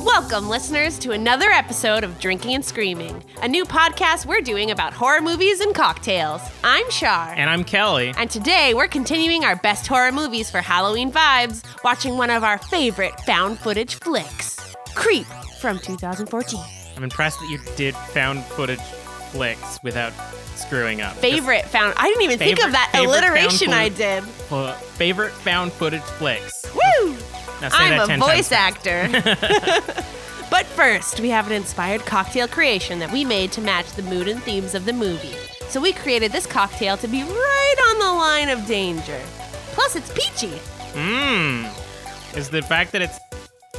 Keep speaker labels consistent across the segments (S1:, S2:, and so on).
S1: Welcome, listeners, to another episode of Drinking and Screaming, a new podcast we're doing about horror movies and cocktails. I'm Shar.
S2: And I'm Kelly.
S1: And today we're continuing our best horror movies for Halloween vibes, watching one of our favorite found footage flicks, Creep from 2014.
S2: I'm impressed that you did found footage flicks without screwing up.
S1: Favorite found I didn't even think of
S2: Favorite-
S1: that
S2: favorite found
S1: alliteration I
S2: footage-
S1: did.
S2: Just, uh, favorite found footage flicks.
S1: Woo!
S2: Now say that
S1: I'm a
S2: 10
S1: voice
S2: times.
S1: actor. but first, we have an inspired cocktail creation that we made to match the mood and themes of the movie. So we created this cocktail to be right on the line of danger. Plus, it's peachy.
S2: Mmm. Is the fact that it's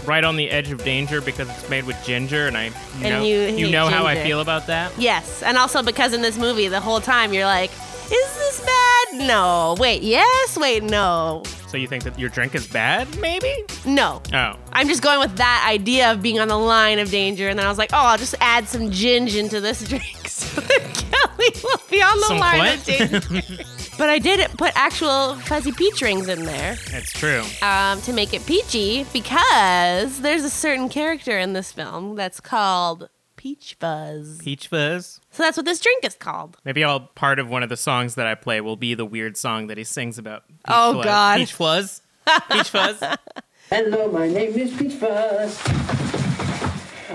S2: right on the edge of danger because it's made with ginger, and I you know
S1: you hate
S2: know how I
S1: ginger.
S2: feel about that.
S1: Yes, and also because in this movie, the whole time you're like, is this bad? No. Wait, yes? Wait, no.
S2: So you think that your drink is bad? Maybe.
S1: No.
S2: Oh.
S1: I'm just going with that idea of being on the line of danger, and then I was like, oh, I'll just add some ginger into this drink so that Kelly will be on the
S2: Some
S1: line
S2: what?
S1: of danger. but I did put actual fuzzy peach rings in there
S2: That's true.
S1: um, to make it peachy because there's a certain character in this film that's called Peach Fuzz.
S2: Peach fuzz.
S1: So that's what this drink is called.
S2: Maybe I'll part of one of the songs that I play will be the weird song that he sings about. peach
S1: Oh,
S2: fuzz.
S1: God.
S2: Peach fuzz. Peach fuzz.
S3: Hello, my name is Peach Fuzz.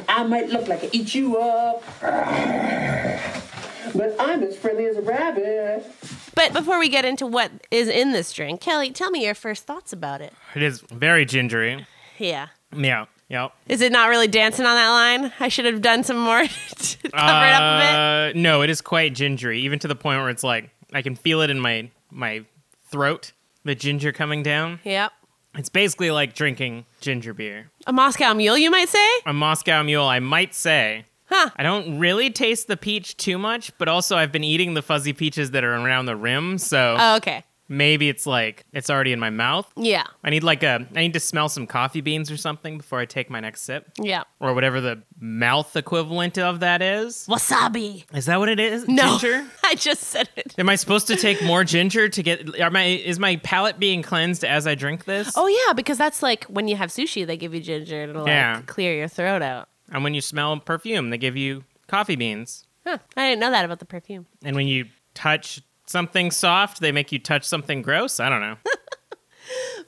S3: I might look like I eat you up, but I'm as friendly as a rabbit.
S1: But before we get into what is in this drink, Kelly, tell me your first thoughts about it.
S2: It is very gingery.
S1: Yeah.
S2: Yeah. Yep.
S1: Is it not really dancing on that line? I should have done some more to cover it up a bit.
S2: Uh, No, it is quite gingery, even to the point where it's like I can feel it in my my throat, the ginger coming down.
S1: Yep.
S2: It's basically like drinking ginger beer.
S1: A Moscow mule, you might say?
S2: A Moscow Mule, I might say.
S1: Huh.
S2: I don't really taste the peach too much, but also I've been eating the fuzzy peaches that are around the rim, so
S1: Oh, okay.
S2: maybe it's like it's already in my mouth.
S1: Yeah.
S2: I need like a I need to smell some coffee beans or something before I take my next sip
S1: Yeah.
S2: or whatever the mouth equivalent of that is.
S1: Wasabi.
S2: Is that what it is?
S1: No.
S2: Ginger?
S1: I just said it.
S2: Am I supposed to take more ginger to get? Are my is my palate being cleansed as I drink this?
S1: Oh, yeah, because that's like when you have sushi, they give you ginger and it'll
S2: Yeah.
S1: like clear your throat out.
S2: And when you smell perfume, they give you coffee beans.
S1: Huh. I didn't know that about the perfume.
S2: And when you touch something soft, they make you touch something gross. I don't know.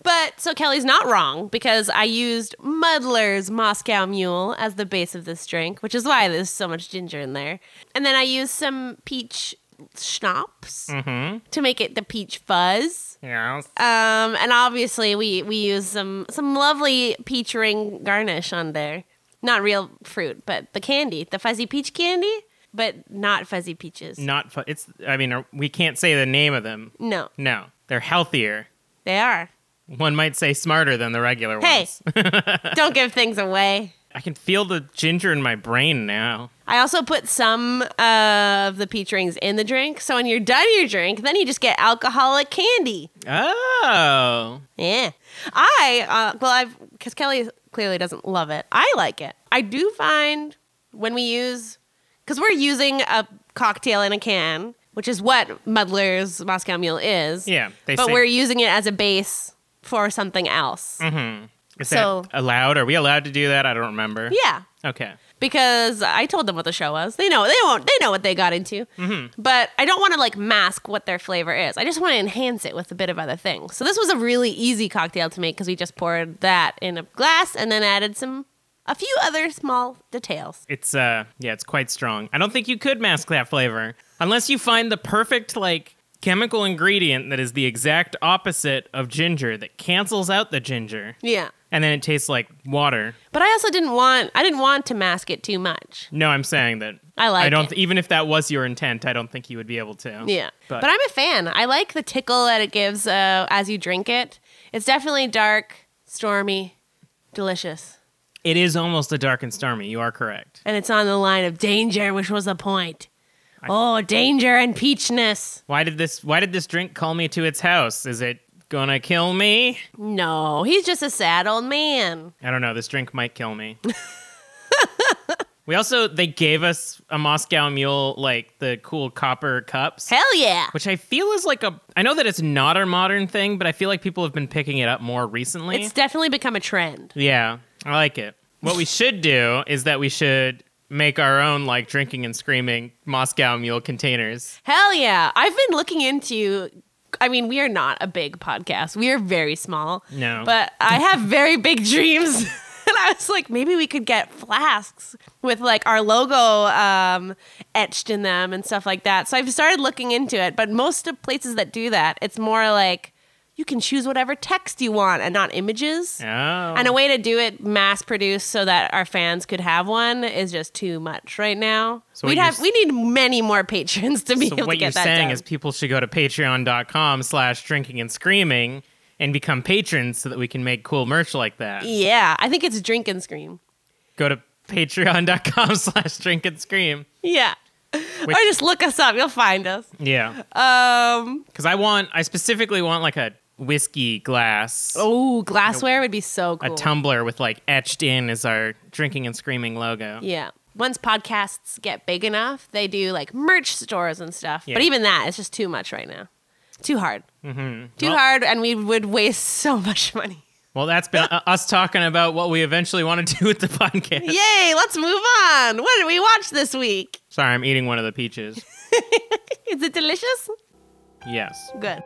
S1: But so Kelly's not wrong because I used Muddler's Moscow Mule as the base of this drink, which is why there's so much ginger in there. And then I used some peach schnapps to make it the peach fuzz.
S2: yeah.
S1: Um, and obviously we we use some some lovely peach ring garnish on there. Not real fruit, but the candy, the fuzzy peach candy, but not fuzzy peaches.
S2: Not. Fu- it's. I mean, we can't say the name of them.
S1: No,
S2: No, they're healthier.
S1: they are.
S2: One might say smarter than the regular
S1: Hey,
S2: ones.
S1: don't give things away.
S2: I can feel the ginger in my brain now.
S1: I also put some of the peach rings in the drink. So when you're done your drink, then you just get alcoholic candy.
S2: Oh.
S1: Yeah. I, uh, well, I've, because Kelly clearly doesn't love it. I like it. I do find when we use, because we're using a cocktail in a can, which is what Muddler's Moscow Mule is.
S2: Yeah. They
S1: But
S2: say,
S1: we're using it as a base for something else.
S2: is
S1: so-
S2: that allowed? Are we allowed to do that? I don't remember.
S1: Yeah.
S2: Okay.
S1: Because I told them what the show was. They know they won't. They know what they got into. But I don't want to like mask what their flavor is. I just want to enhance it with a bit of other things. So this was a really easy cocktail to make because we just poured that in a glass and then added some a few other small details.
S2: It's uh yeah, it's quite strong. I don't think you could mask that flavor unless you find the perfect like chemical ingredient that is the exact opposite of ginger that cancels out the ginger
S1: Yeah.
S2: and then it tastes like water.
S1: But I also didn't want I didn't want to mask it too much.
S2: No, I'm saying that
S1: I like
S2: I don't
S1: it.
S2: th- even if that was your intent, I don't think you would be able to.
S1: Yeah.
S2: But,
S1: But, I'm a fan. I like the tickle that it gives uh, as you drink it. It's definitely dark, stormy, delicious.
S2: it is almost a dark and stormy. You are correct.
S1: and it's on the line of danger, which was the point. Oh, danger and peachness.
S2: Why did this why did this drink call me to its house? Is it going to kill me?
S1: No, he's just a sad old man.
S2: I don't know. This drink might kill me. we also they gave us a Moscow Mule like the cool copper cups,
S1: Hell yeah.
S2: which I feel is like a. I know that it's not a modern thing, but I feel like people have been picking it up more recently.
S1: It's definitely become a trend.
S2: yeah, I like it. What we should do is that we should make our own like drinking and screaming Moscow Mule containers.
S1: Hell yeah. I've been looking into I mean, we are not a big podcast. We are very small.
S2: No.
S1: But I have very big dreams. and I was like, maybe we could get flasks with like our logo um, etched in them and stuff like that. So I've started looking into it, but most of places that do that, it's more like you can choose whatever text you want and not images.
S2: Oh,
S1: And a way to do it mass produced so that our fans could have one is just too much right now.
S2: So what
S1: We'd
S2: you're
S1: have
S2: s-
S1: we need many more patrons to be able
S2: so
S1: to
S2: what
S1: get
S2: you're
S1: that
S2: saying
S1: done.
S2: is people should go to patreon.com slash drinking and screaming and become patrons so that we can make cool merch like that.
S1: yeah, I think it's drink and scream.
S2: Go to patreon.com slash drink and scream.
S1: Yeah.
S2: Which-
S1: or just look us up, you'll find us.
S2: Yeah.
S1: Um
S2: Because I want, I specifically want like a whiskey glass,
S1: oh, glassware would be so cool.
S2: a tumbler with like etched in as our drinking and screaming logo.
S1: Yeah. Once podcasts get big enough, they do like merch stores and stuff.
S2: Yeah.
S1: But even that is just too much right now. Too hard. Mm-hmm. Too
S2: Well-
S1: hard, and we would waste so much money.
S2: Well, that's been uh, us talking about what we eventually want to do with the podcast.
S1: Yay, let's move on. What did we watch this week?
S2: Sorry, I'm eating one of the peaches.
S1: Is it delicious?
S2: yes.
S1: Good.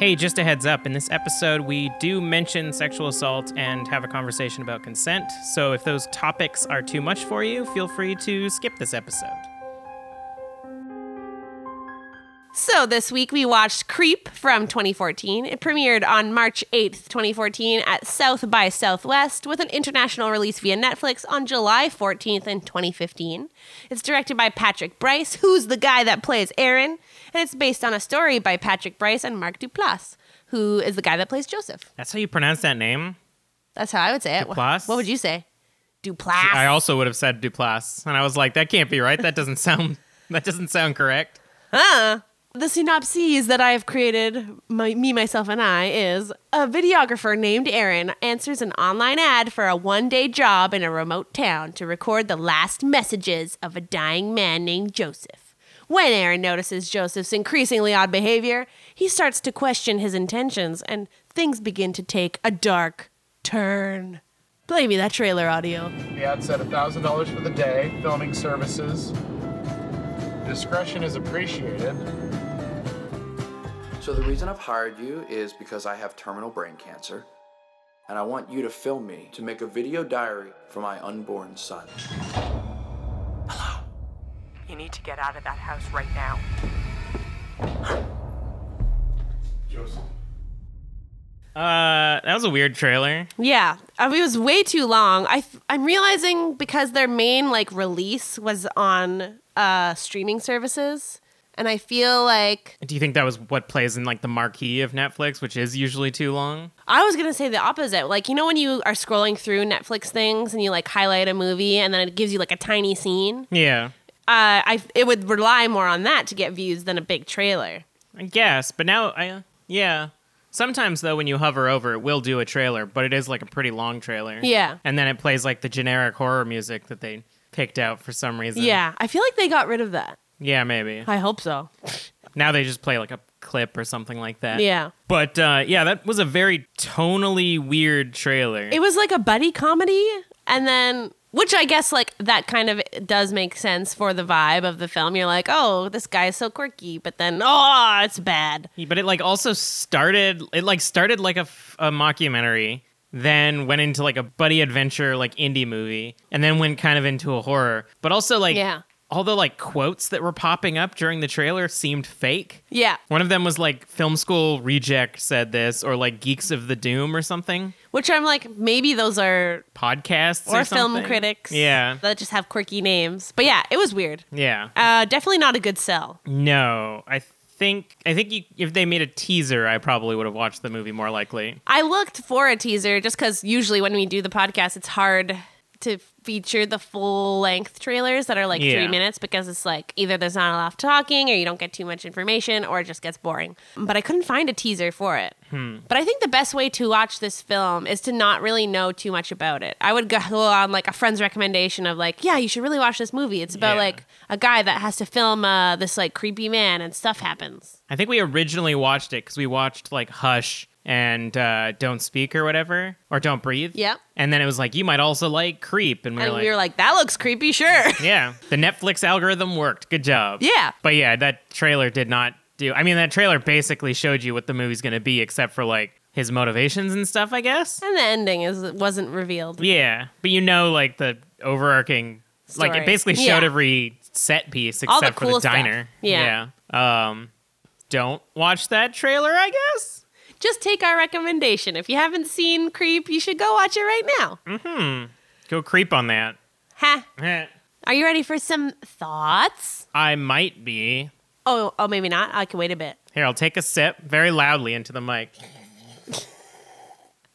S2: Hey, just a heads up in this episode, we do mention sexual assault and have a conversation about consent. So if those topics are too much for you, feel free to skip this episode.
S1: So this week we watched Creep from 2014. It premiered on March 8th, 2014 at South by Southwest with an international release via Netflix on July 14th in 2015. It's directed by Patrick Bryce, who's the guy that plays Aaron, and it's based on a story by Patrick Bryce and Mark Duplass, who is the guy that plays Joseph.
S2: That's how you pronounce that name?
S1: That's how I would say it. Wh-
S2: Duplass?
S1: What would you say? Duplass.
S2: I also would have said Duplass, and I was like, that can't be right. That doesn't sound that doesn't sound correct.
S1: The synopses that I have created, my, me, myself, and I, is a videographer named Aaron answers an online ad for a one day job in a remote town to record the last messages of a dying man named Joseph. When Aaron notices Joseph's increasingly odd behavior, he starts to question his intentions and things begin to take a dark turn. Play me that trailer audio.
S4: The ad said $1,000 for the day, filming services. Discretion is appreciated.
S5: So the reason I've hired you is because I have terminal brain cancer, and I want you to film me to make a video diary for my unborn son.
S6: You need to get out of that house right now.
S2: Uh, that was a weird trailer.
S1: Yeah, I mean, it was way too long. I am realizing because their main like release was on uh streaming services, and I feel like
S2: Do you think that was what plays in like the marquee of Netflix, which is usually too long?
S1: I was gonna say the opposite. Like you know when you are scrolling through Netflix things and you like highlight a movie and then it gives you like a tiny scene.
S2: Yeah,
S1: Uh, I it would rely more on that to get views than a big trailer.
S2: I guess. But now, I yeah. Sometimes though, when you hover over, it will do a trailer, but it is like a pretty long trailer.
S1: Yeah.
S2: and then it plays like the generic horror music that they picked out for some reason.
S1: Yeah, I feel like they got rid of that.
S2: yeah, maybe.
S1: I hope so.
S2: Now they just play like a clip or something like that.
S1: Yeah.
S2: But uh, yeah, that was a very tonally weird trailer.
S1: it was like a buddy comedy and then which i guess like that kind of does make sense for the vibe of the film you're like oh this guy's so quirky but then oh it's bad
S2: but it like also started. It like started like a, f- a mockumentary, then went into like a buddy adventure, like indie movie, and then went kind of into a horror. But also like
S1: Yeah.
S2: all the like quotes that were popping up during the trailer seemed fake.
S1: yeah
S2: One of them was like film school reject said this, or like geeks of the doom or something.
S1: which i'm like maybe those are
S2: Podcasts
S1: or,
S2: or
S1: film
S2: something.
S1: critics
S2: Yeah,
S1: that just have quirky names but yeah it was weird
S2: yeah.
S1: uh, definitely not a good sell
S2: No, I think I think you, if they made a teaser, I probably would have watched the movie more likely.
S1: i looked for a teaser just because usually when we do the podcast it's hard to feature the full length trailers that are like
S2: Yeah.
S1: three minutes because it's like either there's not enough talking or you don't get too much information or it just gets boring. But I couldn't find a teaser for it.
S2: Hmm.
S1: But I think the best way to watch this film is to not really know too much about it. I would go on like a friend's recommendation of like, yeah, you should really watch this movie. It's about
S2: Yeah.
S1: like a guy that has to film uh, this like creepy man and stuff happens.
S2: I think we originally watched it because we watched like Hush and uh, Don't Speak or whatever, or Don't Breathe.
S1: Yeah.
S2: And then it was like, you might also like Creep. And we were
S1: And
S2: like,
S1: we were like, that looks creepy, sure.
S2: yeah, the Netflix algorithm worked. Good job.
S1: Yeah.
S2: But yeah, that trailer did not do. I mean, that trailer basically showed you what the movie's going to be, except for like his motivations and stuff, I guess.
S1: and the ending is wasn't revealed.
S2: Yeah. But you know, like the overarching, like
S1: Story.
S2: it basically showed
S1: Yeah.
S2: every set piece except
S1: All the
S2: for the
S1: cool stuff.
S2: diner.
S1: Yeah.
S2: Yeah. Um, don't watch that trailer, I guess.
S1: Just take our recommendation. If you haven't seen Creep, you should go watch it right now.
S2: Mm. Go creep on that.
S1: Ha!
S2: Eh,
S1: Are you ready for some thoughts?
S2: I might be.
S1: Oh, oh, maybe not. I can wait a bit.
S2: Here, I'll take a sip very loudly into the mic.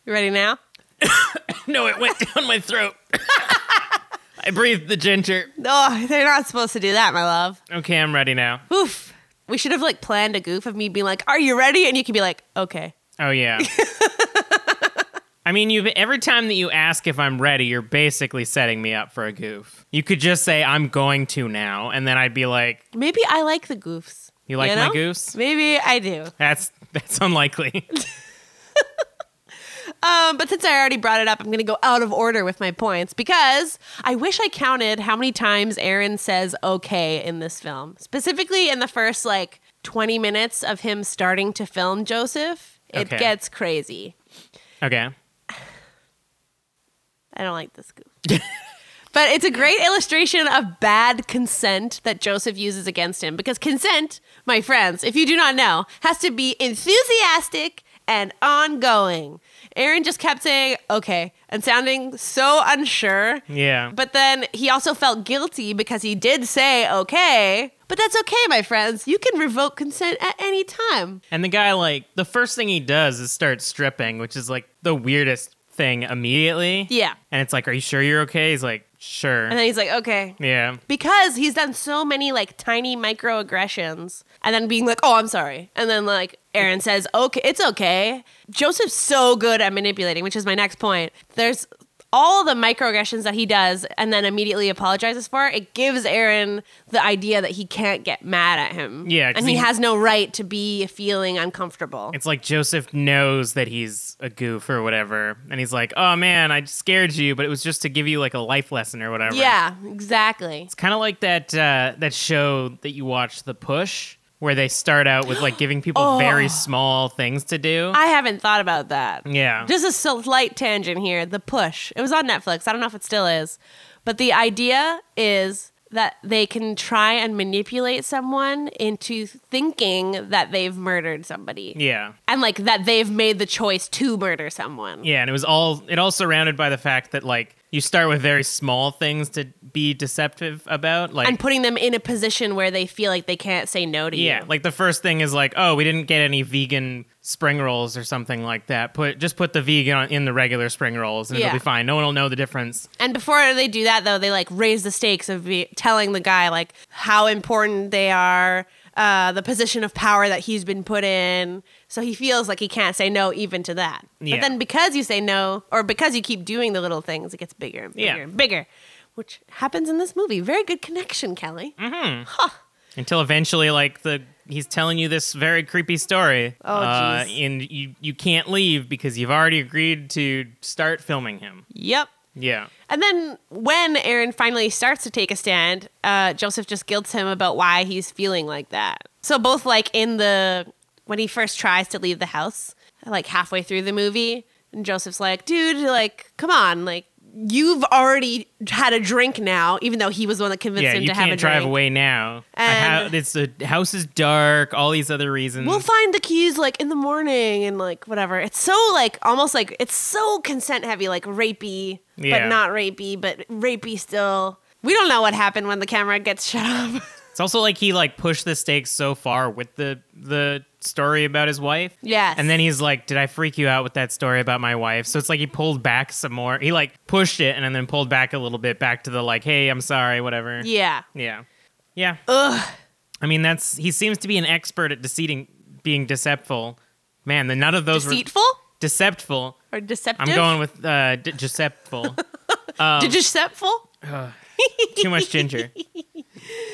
S1: You ready now?
S2: No, it went down my throat. I breathed the ginger.
S1: Oh, they're not supposed to do that, my love.
S2: Okay, I'm ready now.
S1: Oof. We should have like planned a goof of me being like, "Are you ready?" And you could be like, "Okay."
S2: Oh yeah. I mean, you every time that you ask if I'm ready, you're basically setting me up for a goof. You could just say I'm going to now, and then I'd be like,
S1: Maybe I like the goofs.
S2: "You like my
S1: know?
S2: goose?"
S1: Maybe I do.
S2: That's that's unlikely.
S1: Um, but since I already brought it up, I'm going to go out of order with my points because I wish I counted how many times Aaron says okay in this film. Specifically in the first like 20 minutes of him starting to film Joseph, it
S2: Okay.
S1: gets crazy.
S2: okay.
S1: I don't like this goof. but it's a great illustration of bad consent that Joseph uses against him because consent, my friends, if you do not know, has to be enthusiastic and ongoing. Aaron just kept saying, okay, and sounding so unsure.
S2: Yeah.
S1: But then he also felt guilty because he did say, okay. But that's okay, my friends. You can revoke consent at any time.
S2: And the guy, like, the first thing he does is start stripping, which is like the weirdest thing immediately.
S1: Yeah.
S2: And it's like, "Are you sure you're okay?" He's like, "Sure."
S1: And then he's like, okay,
S2: yeah.
S1: because he's done so many like tiny microaggressions and then being like, oh, I'm sorry. And then like Aaron says, okay, it's okay. Joseph's so good at manipulating, which is my next point. There's all the microaggressions that he does and then immediately apologizes for. It gives Aaron the idea that he can't get mad at him.
S2: Yeah, 'cause
S1: And he,
S2: he-
S1: has no right to be feeling uncomfortable.
S2: It's like Joseph knows that he's a goof or whatever, and he's like, "Oh man, I scared you, but it was just to give you like a life lesson or whatever."
S1: Yeah, exactly.
S2: it's kind of like that uh, that show that you watch, The Push, where they start out with like giving people very small things to do.
S1: Oh. I haven't thought about that.
S2: yeah,
S1: Just a slight tangent here. The push. It was on Netflix. I don't know if it still is. But the idea is that they can try and manipulate someone into thinking that they've murdered somebody.
S2: yeah,
S1: And like that they've made the choice to murder someone.
S2: yeah, and it was all it all surrounded by the fact that like you start with very small things to be deceptive about, like
S1: And putting them in a position where they feel like they can't say no to
S2: Yeah,
S1: you.
S2: like the first thing is like, oh, we didn't get any vegan spring rolls or something like that. Put just put the vegan on- in the regular spring rolls and
S1: Yeah.
S2: it'll be fine. No one will know the difference.
S1: And before they do that, though, they like raise the stakes of be- telling the guy like how important they are, uh, the position of power that he's been put in. So he feels like he can't say no even to that.
S2: Yeah.
S1: But then because you say no, or because you keep doing the little things, it gets bigger and bigger
S2: Yeah.
S1: and bigger, which happens in this movie. Very good connection, Kelly.
S2: Mm. Until eventually, like the he's telling you this very creepy story.
S1: Oh,
S2: uh,
S1: jeez.
S2: and you you can't leave because you've already agreed to start filming him.
S1: Yep.
S2: Yeah,
S1: And then when Aaron finally starts to take a stand, uh, Joseph just guilts him about why he's feeling like that. So both like in the when he first tries to leave the house, like halfway through the movie, and Joseph's like, "Dude, like, come on, like." You've already had a drink now, even though he was the one that convinced
S2: yeah.
S1: him
S2: You
S1: to have a
S2: can't drive
S1: drink.
S2: away now. I
S1: And-
S2: ha- it's the house is dark. All these other reasons.
S1: We'll find the keys like in the morning and like whatever. It's so like almost like it's so consent heavy, like rapey,
S2: Yeah.
S1: but not rapey, but rapey still. We don't know what happened when the camera gets shut off.
S2: It's also like he like pushed the stakes so far with the the story about his wife.
S1: Yes.
S2: And then he's like, "Did I freak you out with that story about my wife?" So it's like he pulled back some more. He like pushed it and then pulled back a little bit back to the like, "Hey, I'm sorry, whatever."
S1: yeah.
S2: Yeah. Yeah. Ugh. I mean, that's he seems to be an expert at deceiving being deceptful. Man, the none of those
S1: Deceitful
S2: were deceptful.
S1: or deceptive?
S2: I'm going um, with uh de- deceptful.
S1: Deceptful?
S2: Too much ginger.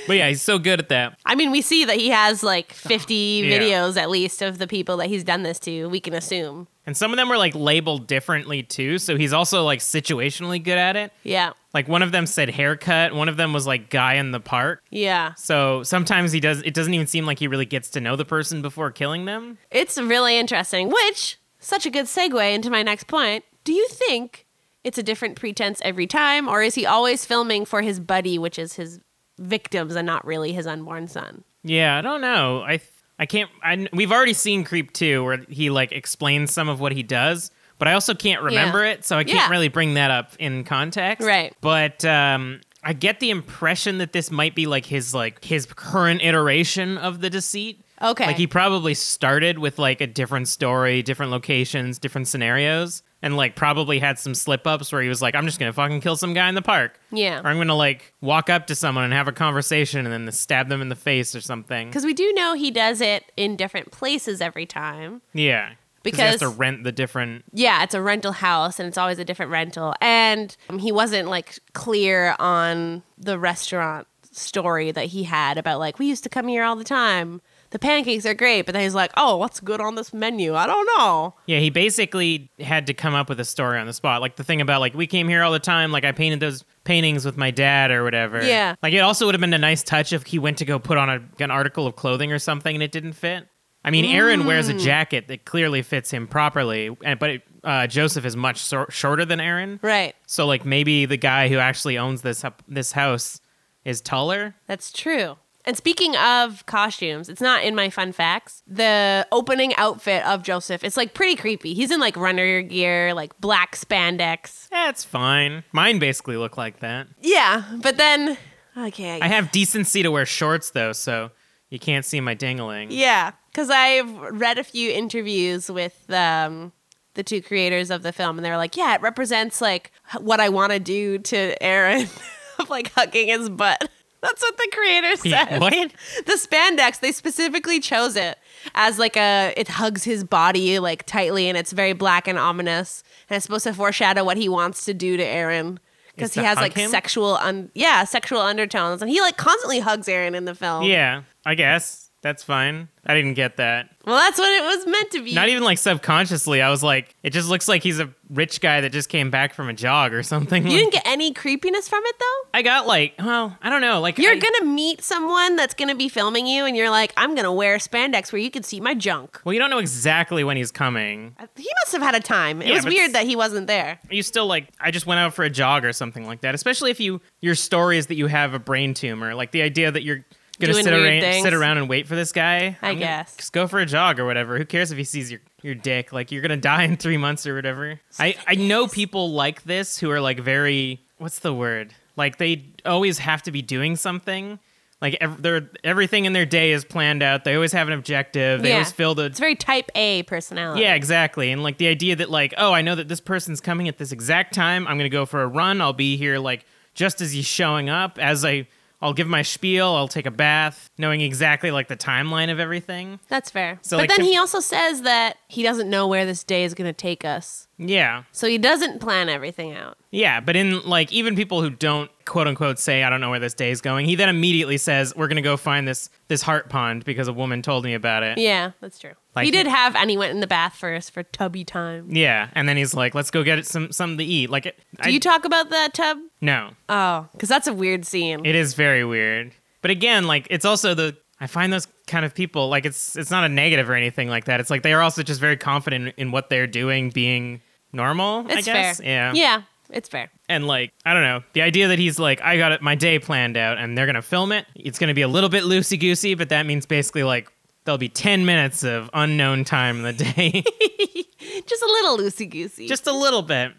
S2: But yeah, he's so good at that.
S1: I mean, we see that he has like 50
S2: Yeah.
S1: videos at least of the people that he's done this to. We can assume.
S2: And some of them were like labeled differently too. So he's also like situationally good at it.
S1: Yeah.
S2: Like one of them said haircut, one of them was like guy in the park.
S1: Yeah.
S2: So sometimes he does it doesn't even seem like he really gets to know the person before killing them.
S1: It's really interesting, which, such a good segue into my next point. Do you think it's a different pretense every time, or is he always filming for his buddy, which is his victims and not really his unborn son?
S2: Yeah, I don't know. I I can't I, we've already seen Creep 2 where he like explains some of what he does, but I also can't remember it, so I can't
S1: Yeah.
S2: really bring that up in context.
S1: Right.
S2: But um I get the impression that this might be like his like his current iteration of the deceit.
S1: Okay.
S2: Like he probably started with like a different story, different locations, different scenarios, and like probably had some slip ups where he was like, I'm just gonna fucking kill some guy in the park.
S1: Yeah.
S2: Or I'm gonna like walk up to someone and have a conversation and then stab them in the face or something.
S1: Because we do know he does it in different places every time.
S2: Yeah. he
S1: Because-
S2: has to rent the different
S1: Yeah, it's a rental house and it's always a different rental. And um, he wasn't like clear on the restaurant story that he had about like, we used to come here all the time. The pancakes are great, but then he's like, oh, what's good on this menu? I don't know.
S2: Yeah, he basically had to come up with a story on the spot. Like the thing about like we came here all the time, like I painted those paintings with my dad or whatever.
S1: Yeah.
S2: Like it also would have been a nice touch if he went to go put on a, an article of clothing or something and it didn't fit. I mean, Aaron wears
S1: Mm.
S2: a jacket that clearly fits him properly, and but it, uh, Joseph is much sor- shorter than Aaron.
S1: Right.
S2: So like maybe the guy who actually owns this hu- this house is taller.
S1: That's true. And speaking of costumes, it's not in my fun facts. The opening outfit of Joseph, it's like pretty creepy. He's in like runner gear, like black spandex.
S2: That's fine. Mine basically look like that.
S1: Yeah, but then okay.
S2: I have decency to wear shorts though, so you can't see my dingling.
S1: yeah, because I've read a few interviews with um, the two creators of the film, and they're like, "Yeah, it represents like h- what I want to do to Aaron of like hugging his butt." That's what the creator
S2: Yeah,
S1: said.
S2: What?
S1: the spandex they specifically chose it as like a it hugs his body like tightly and it's very black and ominous and it's supposed to foreshadow what he wants to do to aaron
S2: Is
S1: because he
S2: to
S1: has
S2: hug
S1: like
S2: him?
S1: sexual un- yeah sexual undertones and he like constantly hugs aaron in the film
S2: Yeah, I guess that's fine. I didn't get that.
S1: well that's what it was meant to be
S2: Not even like subconsciously. I was like, it just looks like he's a rich guy that just came back from a jog or something.
S1: you didn't get any creepiness from it though
S2: I got like, well, I don't know. Like
S1: you're
S2: I-
S1: gonna meet someone that's gonna be filming you and you're like i'm gonna wear spandex where you can see my junk
S2: Well, you don't know exactly when he's coming.
S1: he must have had a time it
S2: Yeah,
S1: was
S2: but
S1: weird
S2: s-
S1: that he wasn't there
S2: You still like, I just went out for a jog or something like that. Especially if you your story is that you have a brain tumor. Like the idea that you're gonna
S1: Doing
S2: sit
S1: weird
S2: around,
S1: things.
S2: sit around and wait for this guy.
S1: I
S2: I'm gonna
S1: guess.
S2: just go for a jog or whatever. Who cares if he sees your your dick? Like you're gonna die in three months or whatever. I I know people like this who are like very what's the word? Like they always have to be doing something. Like ev- their everything in their day is planned out. They always have an objective. They
S1: Yeah.
S2: always feel the
S1: it's very type a personality
S2: yeah, exactly. And like the idea that like, oh, I know that this person's coming at this exact time. I'm gonna go for a run. I'll be here like just as he's showing up. As I, I'll give my spiel. I'll take a bath, knowing exactly like the timeline of everything.
S1: That's fair.
S2: So,
S1: but
S2: like,
S1: then
S2: to-
S1: he also says that he doesn't know where this day is going to take us.
S2: Yeah,
S1: So he doesn't plan everything out.
S2: yeah. But in like even people who don't quote unquote say I don't know where this day is going, he then immediately says we're gonna go find this this heart pond because a woman told me about it.
S1: Yeah, that's true.
S2: Like-
S1: he did have, and he went in the bath first for tubby time.
S2: Yeah, and then he's like, let's go get some something to eat. Like, I,
S1: Do you talk about that tub?
S2: no.
S1: Oh, because that's a weird scene.
S2: It is very weird. But again, like it's also the I find those kind of people like it's it's not a negative or anything like that. It's like they are also just very confident in what they're doing being normal, I
S1: it's
S2: guess.
S1: fair.
S2: Yeah.
S1: Yeah, it's fair.
S2: And like, I don't know. The idea that he's like, I got it my day planned out and they're gonna film it. It's gonna be a little bit loosey goosey, but that means basically like there'll be ten minutes of unknown time in the day.
S1: Just a little loosey goosey.
S2: just a little bit.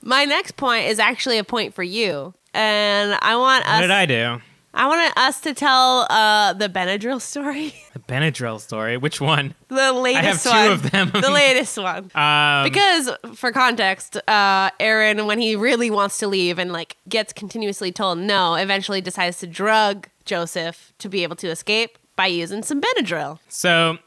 S1: my next point is actually a point for you, and I want
S2: What
S1: us.
S2: did I do?
S1: I want us to tell uh, the Benadryl story.
S2: The Benadryl story. Which one?
S1: the latest
S2: two
S1: one.
S2: of them.
S1: the latest one.
S2: Um,
S1: because for context uh aaron when he really wants to leave and like gets continuously told no eventually decides to drug joseph to be able to escape by using some benadryl
S2: So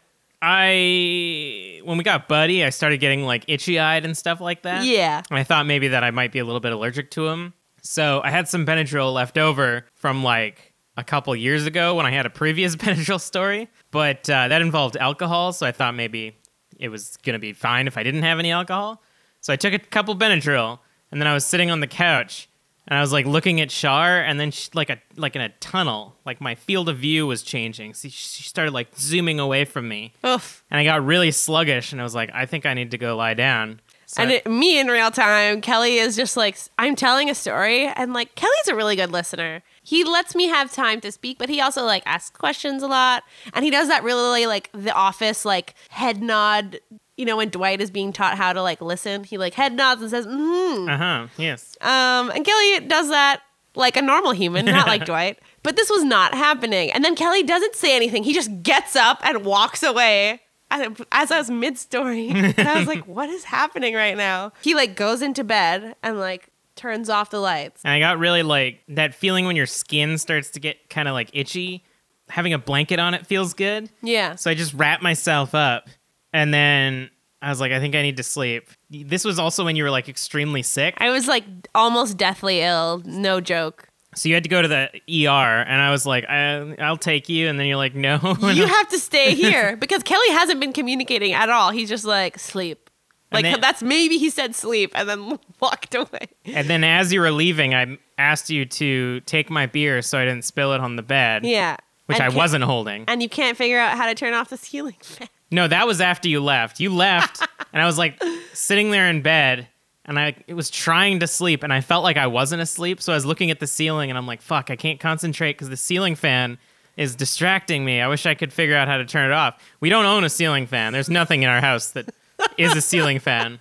S2: I when we got Buddy, I started getting like itchy eyed and stuff like that.
S1: Yeah.
S2: And I thought maybe that I might be a little bit allergic to him. So I had some Benadryl left over from like a couple years ago when I had a previous Benadryl story, but uh, that involved alcohol, so I thought maybe it was gonna be fine if I didn't have any alcohol. So I took a couple Benadryl, and then I was sitting on the couch, and I was like looking at Char, and then she, like a like in a tunnel, like my field of view was changing. She, she started like zooming away from me,
S1: Oof.
S2: and I got really sluggish, and I was like, I think I need to go lie down. So
S1: And
S2: I-
S1: it, me in real time, Kelly is just like, I'm telling a story, and like, Kelly's a really good listener. He lets me have time to speak, but he also like asks questions a lot. And he does that really like the office, like head nod, you know, when Dwight is being taught how to like listen, he like head nods and says, mm.
S2: uh huh. Yes.
S1: Um, and Kelly does that like a normal human, not like Dwight. But this was not happening. And then Kelly doesn't say anything. He just gets up and walks away. And as I was mid story, and I was like, what is happening right now? He like goes into bed and like turns off the lights.
S2: And I got really like that feeling when your skin starts to get kind of like itchy. Having a blanket on it feels good.
S1: Yeah.
S2: So I just wrapped myself up and then I was like, I think I need to sleep. This was also when you were like extremely sick.
S1: I was like almost deathly ill, no joke.
S2: So you had to go to the ER and I was like, I, I'll take you. And then you're like, no. And
S1: You have to stay here because Kelly hasn't been communicating at all. He's just like, sleep.
S2: And
S1: Like,
S2: then-
S1: that's maybe he said sleep and then walked away.
S2: And then as you were leaving, I asked you to take my beer so I didn't spill it on the bed.
S1: Yeah.
S2: Which
S1: And
S2: I
S1: Ke-
S2: wasn't holding.
S1: and you can't figure out how to turn off the ceiling fan.
S2: No, that was after you left. You left, and I was like sitting there in bed, and I was trying to sleep, and I felt like I wasn't asleep. So I was looking at the ceiling, and I'm like, "Fuck, I can't concentrate because the ceiling fan is distracting me." I wish I could figure out how to turn it off. We don't own a ceiling fan. There's nothing in our house that is a ceiling fan.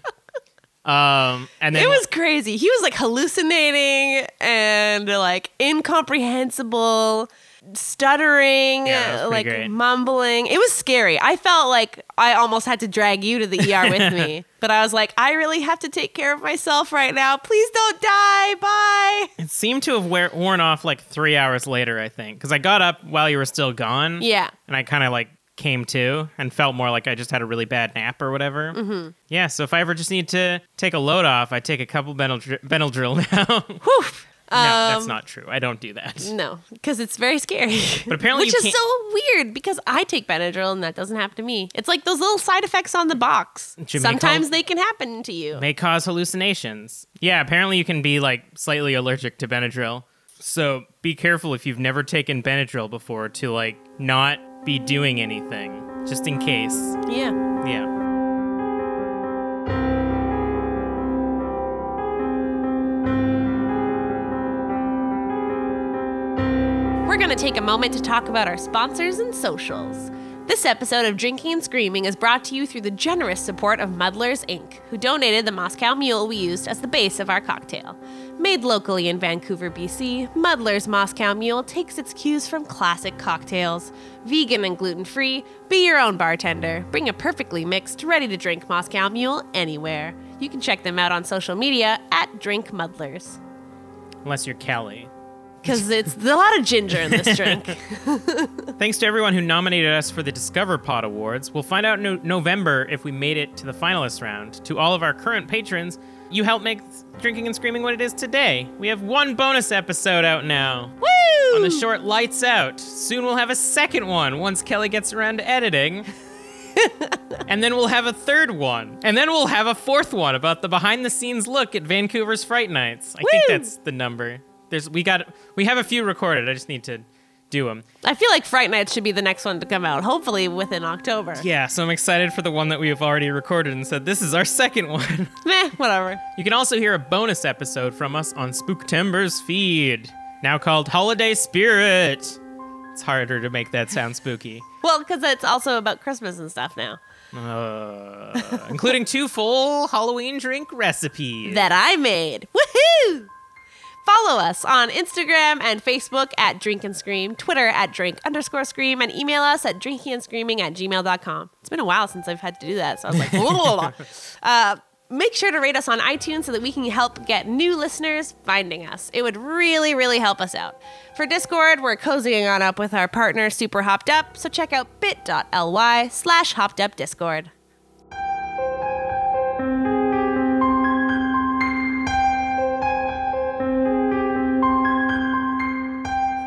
S2: Um, and then
S1: It was crazy. He was like hallucinating and like incomprehensible, stuttering,
S2: Yeah, that was pretty
S1: like
S2: great.
S1: mumbling. It was scary. I felt like I almost had to drag you to the ER with me. But I was like, I really have to take care of myself right now. Please don't die. Bye.
S2: it seemed to have wear- worn off like three hours later, I think, because I got up while you were still gone.
S1: Yeah.
S2: and I kind of like came to and felt more like I just had a really bad nap or whatever. Mm-hmm. Yeah, so if I ever just need to take a load off, I take a couple Benadryl, Benadryl now.
S1: Whew.
S2: no,
S1: Um,
S2: that's not true. I don't do that.
S1: No, because it's very scary.
S2: But apparently
S1: which
S2: you
S1: is
S2: can't-
S1: so weird because I take Benadryl and that doesn't happen to me. It's like those little side effects on the box.
S2: Jamaica-
S1: Sometimes they can happen to you.
S2: May cause hallucinations. Yeah, apparently you can be like slightly allergic to Benadryl. So be careful if you've never taken Benadryl before to like not be doing anything just in case.
S1: Yeah.
S2: Yeah.
S1: We're going to take a moment to talk about our sponsors and socials. This episode of Drinking and Screaming is brought to you through the generous support of Muddlers Inc., who donated the Moscow Mule we used as the base of our cocktail. Made locally in Vancouver, BC, Muddlers Moscow Mule takes its cues from classic cocktails. Vegan and gluten free, be your own bartender. Bring a perfectly mixed, ready to drink Moscow Mule anywhere. You can check them out on social media at Drink Muddlers.
S2: Unless you're Kelly.
S1: Because it's there's a lot of ginger in this drink.
S2: Thanks to everyone who nominated us for the Discover Pod Awards. We'll find out in no- November if we made it to the finalist round. To all of our current patrons, you helped make Drinking and Screaming what it is today. We have one bonus episode out now.
S1: Woo!
S2: On the short Lights Out. Soon we'll have a second one once Kelly gets around to editing. and then we'll have a third one. And then we'll have a fourth one about the behind the scenes look at Vancouver's Fright Nights. I think
S1: Woo!
S2: that's the number. There's we got we have a few recorded. I just need to do them.
S1: I feel like Fright Night should be the next one to come out, hopefully within October.
S2: Yeah, so I'm excited for the one that we have already recorded and said this is our second one.
S1: Meh, whatever.
S2: you can also hear a bonus episode from us on Spooktember's feed, now called Holiday Spirit. It's harder to make that sound spooky.
S1: Well, because it's also about Christmas and stuff now
S2: Uh, including two full Halloween drink recipes.
S1: that I made. Woohoo! Follow us on Instagram and Facebook at Drink and Scream, Twitter at Drink underscore Scream, and email us at drinkingandscreaming at gmail.com. It's been a while since I've had to do that, so I was like, blah, blah, blah, blah. Uh, make sure to rate us on iTunes so that we can help get new listeners finding us. It would really, really help us out. For Discord, we're cozying on up with our partner, Super Hopped Up, so check out bit.ly slash hopped up Discord.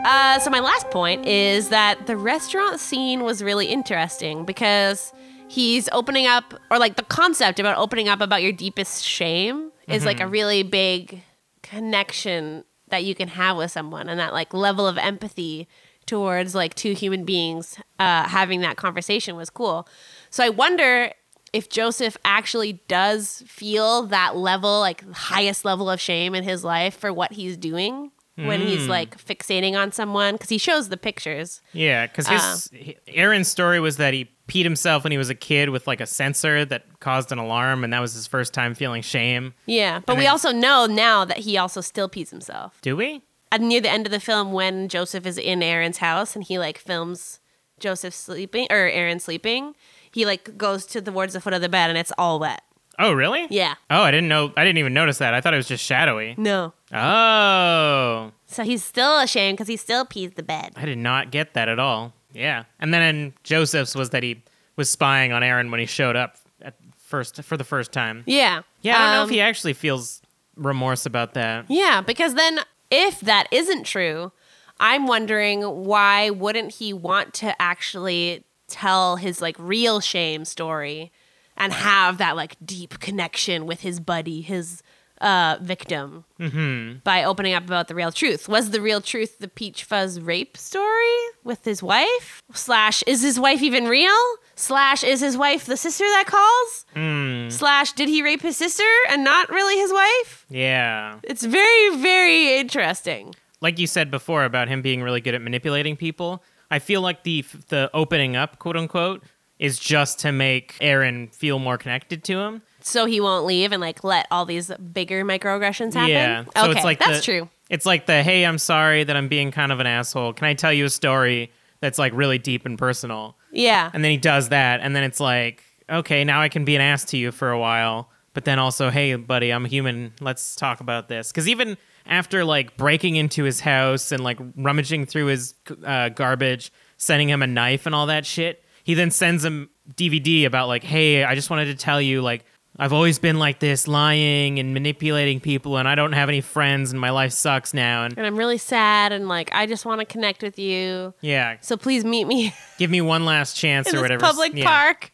S1: Uh, so my last point is that the restaurant scene was really interesting because he's opening up, or like the concept about opening up about your deepest shame is like a really big connection that you can have with someone, and that like level of empathy towards like two human beings uh, having that conversation was cool. So I wonder if Joseph actually does feel that level, like highest level of shame in his life for what he's doing when
S2: Hmm.
S1: he's like fixating on someone, because he shows the pictures.
S2: Yeah, because his
S1: Ah.
S2: he- Aaron's story was that he peed himself when he was a kid with like a sensor that caused an alarm, and that was his first time feeling shame.
S1: Yeah, but we
S2: then-
S1: also know now that he also still pees himself.
S2: Do we?
S1: And near the end of the film, when Joseph is in Aaron's house and he like films Joseph sleeping or Aaron sleeping, he like goes to towards the foot of the bed and it's all wet.
S2: Oh, really?
S1: Yeah.
S2: Oh, I didn't know. I didn't even notice that. I thought it was just shadowy.
S1: No.
S2: Oh,
S1: So he's still ashamed because he still pees the bed.
S2: I did not get that at all. Yeah. And then in Joseph's was that he was spying on Aaron when he showed up at first for the first time.
S1: Yeah.
S2: Yeah, I don't know
S1: Um,
S2: if he actually feels remorse about that.
S1: Yeah, because then if that isn't true, I'm wondering why wouldn't he want to actually tell his like real shame story and have that like deep connection with his buddy, his uh victim by opening up about the real truth was the real truth the peach fuzz rape story with his wife slash is his wife even real slash is his wife the sister that calls slash did he rape his sister and not really his wife
S2: Yeah.
S1: it's very, very interesting.
S2: like you said before about him being really good at manipulating people, I feel like the the opening up, quote unquote, is just to make Aaron feel more connected to him.
S1: So he won't leave and like let all these bigger microaggressions happen.
S2: Yeah,
S1: okay, that's
S2: the-
S1: true.
S2: It's like the hey, I'm sorry that I'm being kind of an asshole. Can I tell you a story that's like really deep and personal?
S1: Yeah,
S2: And then he does that, and then it's like, okay, now I can be an ass to you for a while. But then also, hey, buddy, I'm human. Let's talk about this. Because even after like breaking into his house and like rummaging through his uh, garbage, sending him a knife and all that shit, he then sends him DVD about like, hey, I just wanted to tell you, like, I've always been like this, lying and manipulating people, and I don't have any friends, and my life sucks now. And
S1: and I'm really sad and like I just want to connect with you.
S2: yeah,
S1: So please meet me
S2: give me one last chance
S1: in
S2: or
S1: this
S2: whatever.
S1: public
S2: Yeah.
S1: park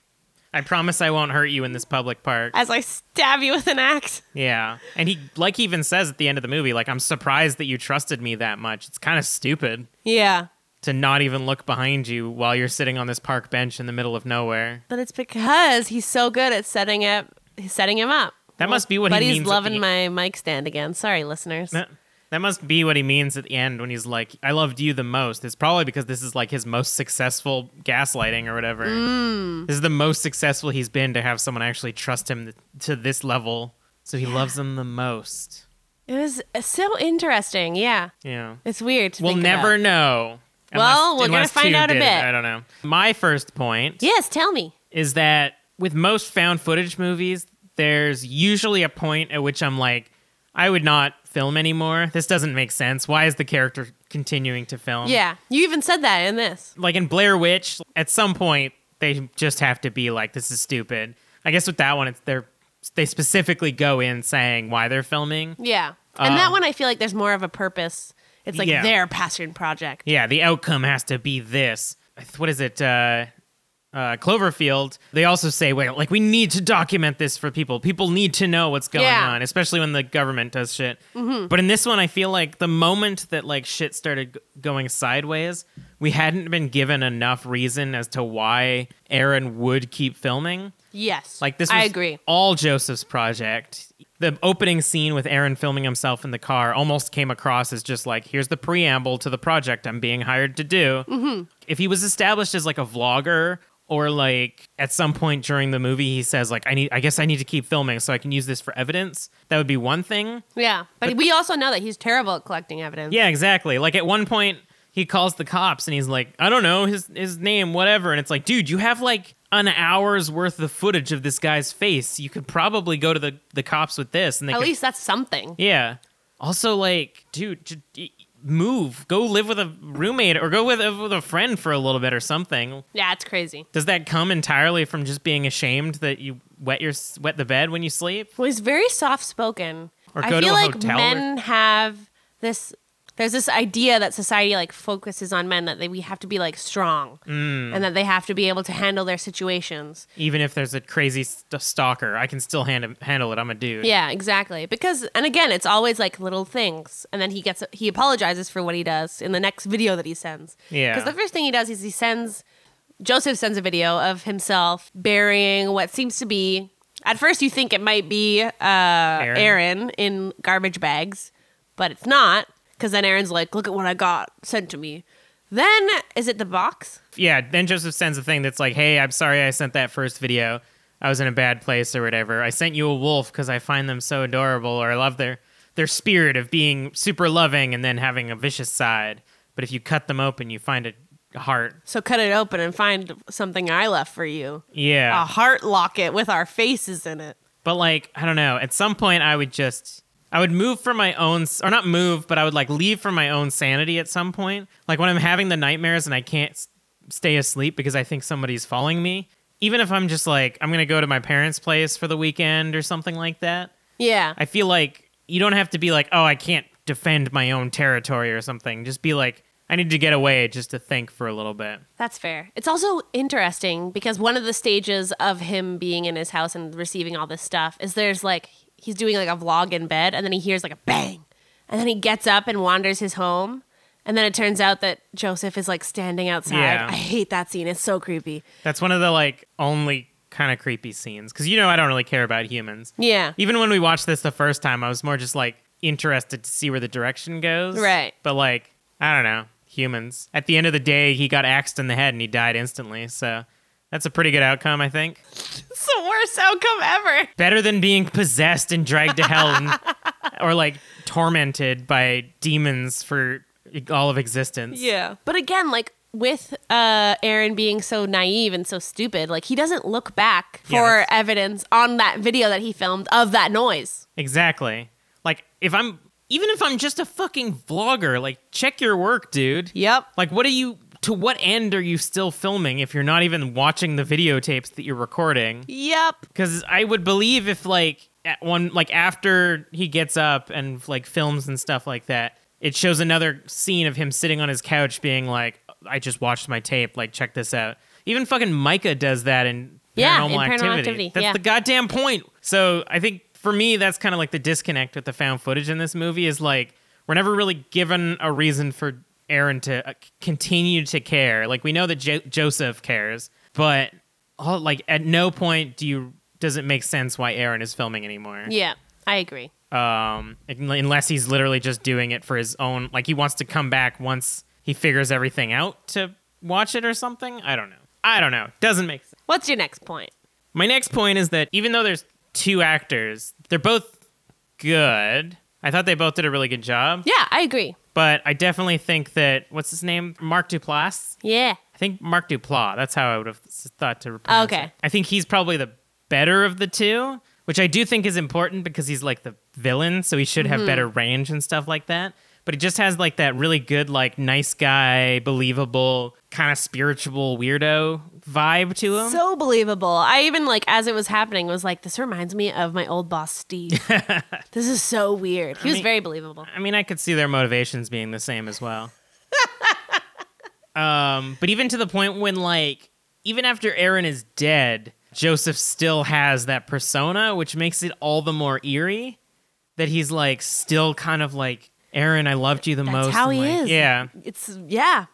S2: I promise I won't hurt you in this public park.
S1: as I stab you with an axe.
S2: Yeah. And he like he even says at the end of the movie, like, I'm surprised that you trusted me that much. It's kind of stupid
S1: Yeah,
S2: to not even look behind you while you're sitting on this park bench in the middle of nowhere.
S1: but it's because he's so good at setting up, he's setting him up.
S2: That must be what
S1: But
S2: he
S1: he's
S2: means. at
S1: loving my
S2: the-
S1: mic stand again. Sorry, listeners.
S2: That, that must be what he means at the end when he's like, I loved you the most. It's probably because this is like his most successful gaslighting or whatever.
S1: Mm.
S2: This is the most successful he's been to have someone actually trust him th- to this level. So he loves them the most.
S1: It was uh, so interesting. Yeah,
S2: Yeah.
S1: it's weird. to
S2: We'll
S1: think
S2: never
S1: about.
S2: know.
S1: Well, we're gonna
S2: unless
S1: find
S2: two
S1: out a
S2: did it.
S1: bit.
S2: I don't know. My first point
S1: Yes, tell me.
S2: is that with most found footage movies, there's usually a point at which I'm like, I would not film anymore. This doesn't make sense. Why is the character continuing to film?
S1: Yeah, you even said that in this.
S2: Like in Blair Witch, at some point they just have to be like, this is stupid. I guess with that one, it's they're they specifically go in saying why they're filming.
S1: Yeah. And that one, I feel like there's more of a purpose. It's like
S2: Um, Yeah.
S1: their passion project.
S2: Yeah, the outcome has to be this. What is it? Uh, uh, Cloverfield. They also say, "Wait, like we need to document this for people. People need to know what's going
S1: Yeah.
S2: on, especially when the government does shit." But in this one, I feel like the moment that like shit started g- going sideways, we hadn't been given enough reason as to why Aaron would keep filming.
S1: Yes.
S2: Like this, was
S1: I agree.
S2: All Joseph's project. The opening scene with Aaron filming himself in the car almost came across as just like, here's the preamble to the project I'm being hired to do. Mm-hmm. If he was established as like a vlogger or like at some point during the movie he says like I need I guess I need to keep filming so I can use this for evidence, that would be one thing.
S1: Yeah. But, we also know that he's terrible at collecting evidence.
S2: Yeah, exactly. Like at one point he calls the cops and he's like, I don't know his his name, whatever. And it's like, dude, you have like an hour's worth of footage of this guy's face. You could probably go to the the cops with this, and they
S1: At
S2: could,
S1: least that's something.
S2: yeah. Also, like, dude, j- y- move, go live with a roommate or go with a, with a friend for a little bit or something.
S1: Yeah, it's crazy.
S2: Does that come entirely from just being ashamed that you wet your s- wet the bed when you sleep?
S1: Well, he's very soft spoken.
S2: Or
S1: I
S2: go to
S1: feel
S2: a
S1: like
S2: hotel or-
S1: men have this there's this idea that society like focuses on men that they, we have to be like strong
S2: Mm.
S1: and that they have to be able to handle their situations.
S2: Even if there's a crazy st- stalker, I can still hand- handle it. I'm a dude.
S1: Yeah, exactly. Because and again, it's always like little things, and then he gets he apologizes for what he does in the next video that he sends.
S2: Yeah.
S1: Because the first thing he does is he sends Joseph sends a video of himself burying what seems to be. At first, you think it might be uh, Aaron. in garbage bags, but it's not. Because then Aaron's like, "Look at what I got sent to me." Then is it the box?
S2: yeah, then Joseph sends a thing that's like, "Hey, I'm sorry I sent that first video. I was in a bad place or whatever. I sent you a wolf because I find them so adorable, or I love their their spirit of being super loving and then having a vicious side. But if you cut them open, you find a heart.
S1: So cut it open and find something I left for you.
S2: Yeah,
S1: A heart locket with our faces in it.
S2: but like I don't know. At some point, I would just I would move from my own or not move, but I would like leave from my own sanity at some point. Like when I'm having the nightmares and I can't s- stay asleep because I think somebody's following me. Even if I'm just like I'm gonna go to my parents' place for the weekend or something like that.
S1: Yeah.
S2: I feel like you don't have to be like, oh, I can't defend my own territory or something. Just be like, I need to get away just to think for a little bit.
S1: That's fair. It's also interesting because one of the stages of him being in his house and receiving all this stuff is there's like he's doing like a vlog in bed and then he hears like a bang. And then he gets up and wanders his home. And then it turns out that Joseph is like standing outside.
S2: Yeah.
S1: I hate that scene. It's so creepy.
S2: That's one of the like only kind of creepy scenes because you know I don't really care about humans.
S1: Yeah.
S2: Even when we watched this the first time, I was more just like interested to see where the direction goes.
S1: Right.
S2: But like, I don't know, humans. At the end of the day, he got axed in the head and he died instantly. So that's a pretty good outcome, I think.
S1: It's the worst outcome ever.
S2: Better than being possessed and dragged to hell and, or like tormented by demons for all of existence.
S1: Yeah. But again, like with uh Aaron being so naive and so stupid, like he doesn't look back
S2: Yeah,
S1: for
S2: that's-
S1: evidence on that video that he filmed of that noise.
S2: Exactly. Like if I'm even if I'm just a fucking vlogger, like check your work, dude.
S1: Yep.
S2: Like what are you to what end are you still filming if you're not even watching the videotapes that you're recording?
S1: Yep.
S2: Cuz I would believe if like at one like after he gets up and like films and stuff like that, it shows another scene of him sitting on his couch being like I just watched my tape, like check this out. Even fucking Micah does that in
S1: Yeah,
S2: paranormal,
S1: in Paranormal
S2: activity.
S1: Activity,
S2: That's
S1: yeah.
S2: the goddamn point. So I think for me, that's kind of like the disconnect with the found footage in this movie is like we're never really given a reason for Aaron to uh, c- continue to care. Like we know that jo- Joseph cares, but all, like at no point do you does it make sense why Aaron is filming anymore.
S1: Yeah, I agree.
S2: Um, un- unless he's literally just doing it for his own. Like he wants to come back once he figures everything out to watch it or something. I don't know. I don't know. Doesn't make sense.
S1: What's your next point?
S2: My next point is that even though there's two actors, they're both good. I thought they both did a really good job,
S1: Yeah, I agree.
S2: but I definitely think that what's his name, Mark Duplass.
S1: Yeah.
S2: I think Mark Duplass. That's how I would have s- thought to pronounce
S1: Oh, Okay.
S2: it. I think he's probably the better of the two, which I do think is important because he's like the villain, so he should
S1: Mm-hmm.
S2: have better range and stuff like that. But he just has like that really good, like nice guy, believable, kind of spiritual weirdo vibe to him.
S1: So believable. I even like as it was happening was like this reminds me of my old boss Steve. this is so weird. He was
S2: mean-
S1: very believable.
S2: I mean, I could see their motivations being the same as well. um, but even to the point when, like, even after Aaron is dead, Joseph still has that persona, which makes it all the more eerie that he's like still kind of like Aaron. I loved you the
S1: That's
S2: most.
S1: how
S2: and,
S1: he
S2: like,
S1: is.
S2: Yeah,
S1: It's yeah.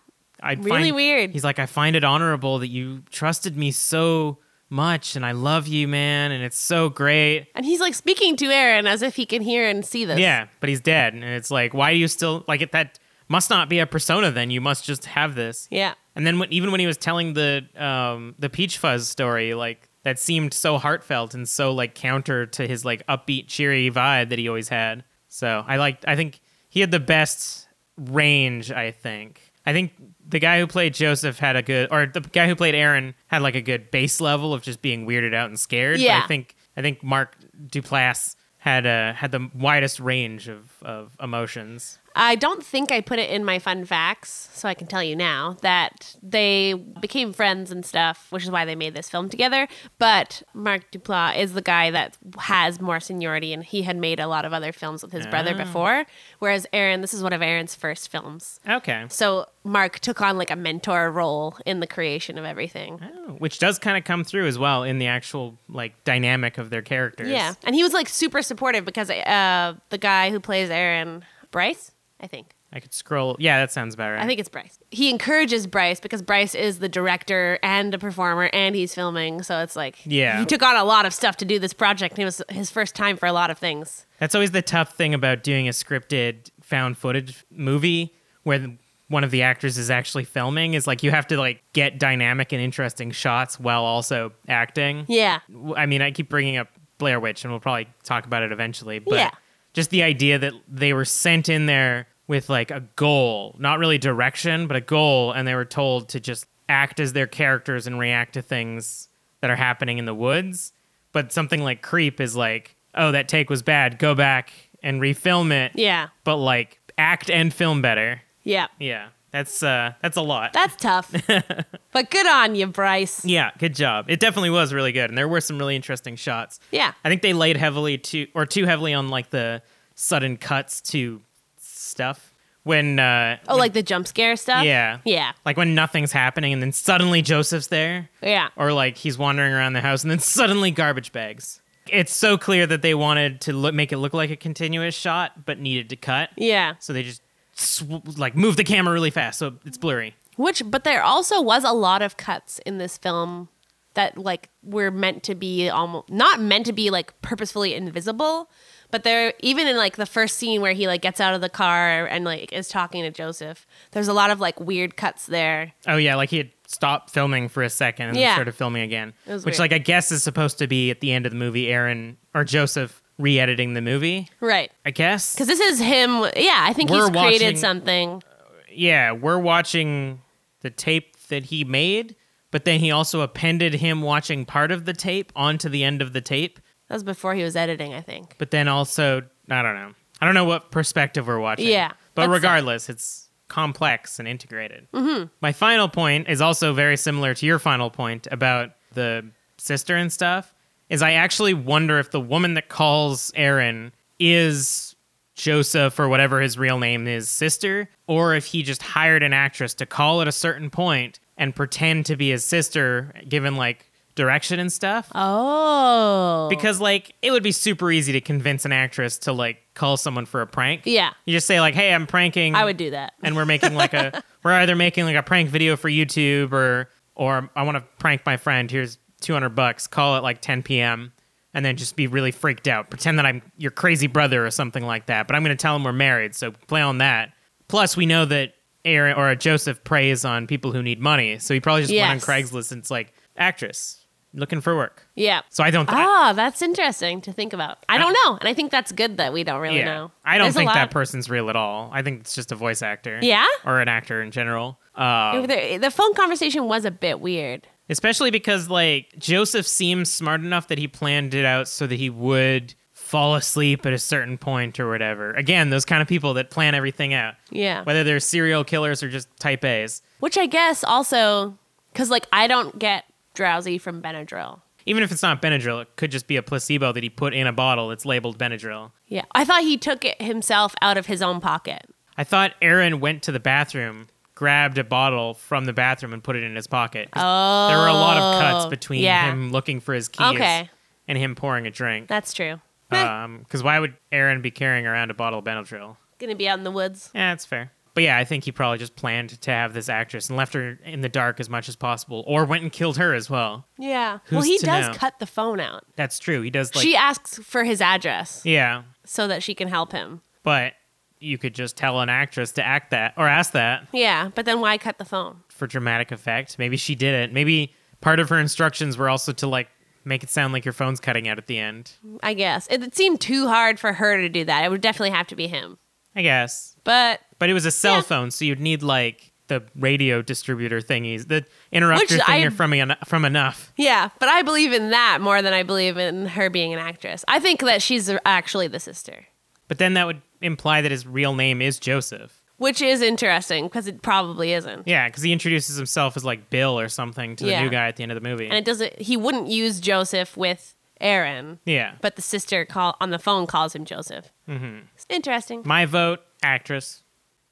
S2: I
S1: Really
S2: find-
S1: weird.
S2: He's like, I find it honorable that you trusted me so much, and I love you, man, and it's so great.
S1: And he's like speaking to Aaron as if he can hear and see this.
S2: Yeah, but he's dead, and it's like, why do you still like it? That must not be a persona. Then you must just have this.
S1: Yeah.
S2: And then when, even when he was telling the um the peach fuzz story, like that seemed so heartfelt and so like counter to his like upbeat, cheery vibe that he always had. So I liked. I think he had the best range. I think. I think the guy who played Joseph had a good, or the guy who played Aaron had like a good base level of just being weirded out and scared. But
S1: Yeah.
S2: I think I think Mark Duplass had uh, had the widest range of, of emotions.
S1: I don't think I put it in my fun facts, so I can tell you now that they became friends and stuff, which is why they made this film together. But Mark Duplass is the guy that has more seniority, and he had made a lot of other films with his brother before. Whereas Aaron, this is one of Aaron's first films.
S2: Okay.
S1: So Mark took on like a mentor role in the creation of everything.
S2: Oh, Which does kind of come through as well in the actual like dynamic of their characters.
S1: Yeah, and he was like super supportive because uh, the guy who plays Aaron, Bryce, I think.
S2: I could scroll. Yeah, that sounds about right.
S1: I think it's Bryce. He encourages Bryce because Bryce is the director and a performer and he's filming. So it's like,
S2: Yeah.
S1: he took on a lot of stuff to do this project. And it was his first time for a lot of things.
S2: That's always the tough thing about doing a scripted found footage movie where the- one of the actors is actually filming is like you have to like get dynamic and interesting shots while also acting.
S1: Yeah.
S2: W- I mean, I keep bringing up Blair Witch and we'll probably talk about it eventually, but
S1: Yeah.
S2: just the idea that they were sent in there with like a goal, not really direction, but a goal and they were told to just act as their characters and react to things that are happening in the woods. But something like Creep is like, "Oh, that take was bad. Go back and refilm it."
S1: Yeah.
S2: But like act and film better.
S1: Yeah.
S2: Yeah. That's uh that's a lot.
S1: That's tough. but good on you, Bryce.
S2: Yeah, good job. It definitely was really good, and there were some really interesting shots.
S1: Yeah.
S2: I think they laid heavily too, or too heavily on like the sudden cuts to stuff when, uh,
S1: Oh, like the jump scare stuff?
S2: yeah,
S1: Yeah.
S2: like when nothing's happening, and then suddenly Joseph's there,
S1: Yeah.
S2: or like he's wandering around the house, and then suddenly garbage bags. It's so clear that they wanted to look, make it look like a continuous shot, but needed to cut,
S1: Yeah.
S2: so they just sw- like move the camera really fast, so it's blurry.
S1: Which, but there also was a lot of cuts in this film that like were meant to be almost not meant to be like purposefully invisible, but there even in like the first scene where he like gets out of the car and like is talking to Joseph, there's a lot of like weird cuts there.
S2: Oh yeah, like he had stopped filming for a second and then
S1: Yeah.
S2: started filming again,
S1: was
S2: which
S1: weird.
S2: like I guess is supposed to be at the end of the movie. Aaron or Joseph re-editing the movie,
S1: Right.
S2: I guess.
S1: Because this is him. Yeah, I think
S2: We're
S1: he's created
S2: watching-
S1: something.
S2: Yeah, we're watching the tape that he made, but then he also appended him watching part of the tape onto the end of the tape.
S1: That was before he was editing, I think.
S2: But then also, I don't know, I don't know what perspective we're watching.
S1: Yeah,
S2: but
S1: that's-
S2: regardless, it's complex and integrated. Mm-hmm. My final point is also very similar to your final point about the sister and stuff. Is I actually wonder if the woman that calls Aaron is Joseph or whatever his real name is, sister, or if he just hired an actress to call at a certain point and pretend to be his sister, given like direction and stuff
S1: Oh.
S2: because like it would be super easy to convince an actress to like call someone for a prank.
S1: Yeah.
S2: You just say like, "Hey, I'm pranking."
S1: I would do that.
S2: And we're making like a we're either making like a prank video for YouTube or or I want to prank my friend. Here's 200 bucks. Call it like 10 p.m. and then just be really freaked out. Pretend that I'm your crazy brother or something like that. But I'm going to tell him we're married, so play on that. Plus, we know that Aaron or Joseph preys on people who need money, so he probably just went on
S1: Yes.
S2: Craigslist and it's like actress looking for work.
S1: Yeah.
S2: So I don't. I-
S1: Ah, that's interesting to think about. I don't know, and I think that's good that we don't really know.
S2: I don't
S1: Oh, There's a
S2: think
S1: lot
S2: that
S1: of-
S2: person's real at all. I think it's just a voice actor.
S1: Yeah?
S2: Or an actor in general. Uh,
S1: The, the phone conversation was a bit weird.
S2: especially because, like, Joseph seems smart enough that he planned it out so that he would fall asleep at a certain point or whatever. Again, those kind of people that plan everything out.
S1: Yeah.
S2: Whether they're serial killers or just type A's.
S1: Which I guess also, because like I don't get drowsy from Benadryl.
S2: Even if it's not Benadryl, it could just be a placebo that he put in a bottle that's labeled Benadryl.
S1: Yeah. I thought he took it himself out of his own pocket.
S2: I thought Aaron went to the bathroom, grabbed a bottle from the bathroom, and put it in his pocket. Oh, there were a lot of cuts between
S1: yeah.
S2: him looking for his keys
S1: Okay.
S2: and him pouring a drink.
S1: That's true. Eh,
S2: Because why would Aaron be carrying around a bottle of Benadryl?
S1: Gonna be out in the woods.
S2: Yeah, that's fair. But yeah, I think he probably just planned to have this actress and left her in the dark as much as possible, or went and killed her as well.
S1: Yeah. well,
S2: Who's
S1: he
S2: to
S1: does
S2: know?
S1: cut the phone out.
S2: That's true. He does like
S1: she asks for his address
S2: yeah,
S1: so that she can help him.
S2: but you could just tell an actress to act that or ask that.
S1: Yeah, but then why cut the phone?
S2: for dramatic effect. Maybe she did it. Maybe part of her instructions were also to like make it sound like your phone's cutting out at the end.
S1: I guess it, it seemed too hard for her to do that. It would definitely have to be him.
S2: I guess.
S1: But
S2: But it was a cell
S1: Yeah.
S2: phone, so you'd need like the radio distributor thingies, the interrupter
S1: Which I-
S2: thing from en- from enough.
S1: Yeah, but I believe in that more than I believe in her being an actress. I think that she's actually the sister.
S2: But then that would imply that his real name is Joseph.
S1: Which is interesting because it probably isn't.
S2: Yeah, because he introduces himself as like Bill or something to the
S1: Yeah.
S2: new guy at the end of the movie.
S1: And it doesn't he wouldn't use Joseph with Aaron,
S2: yeah.
S1: but the sister call on the phone calls him Joseph. Mm-hmm. Interesting.
S2: my vote, actress.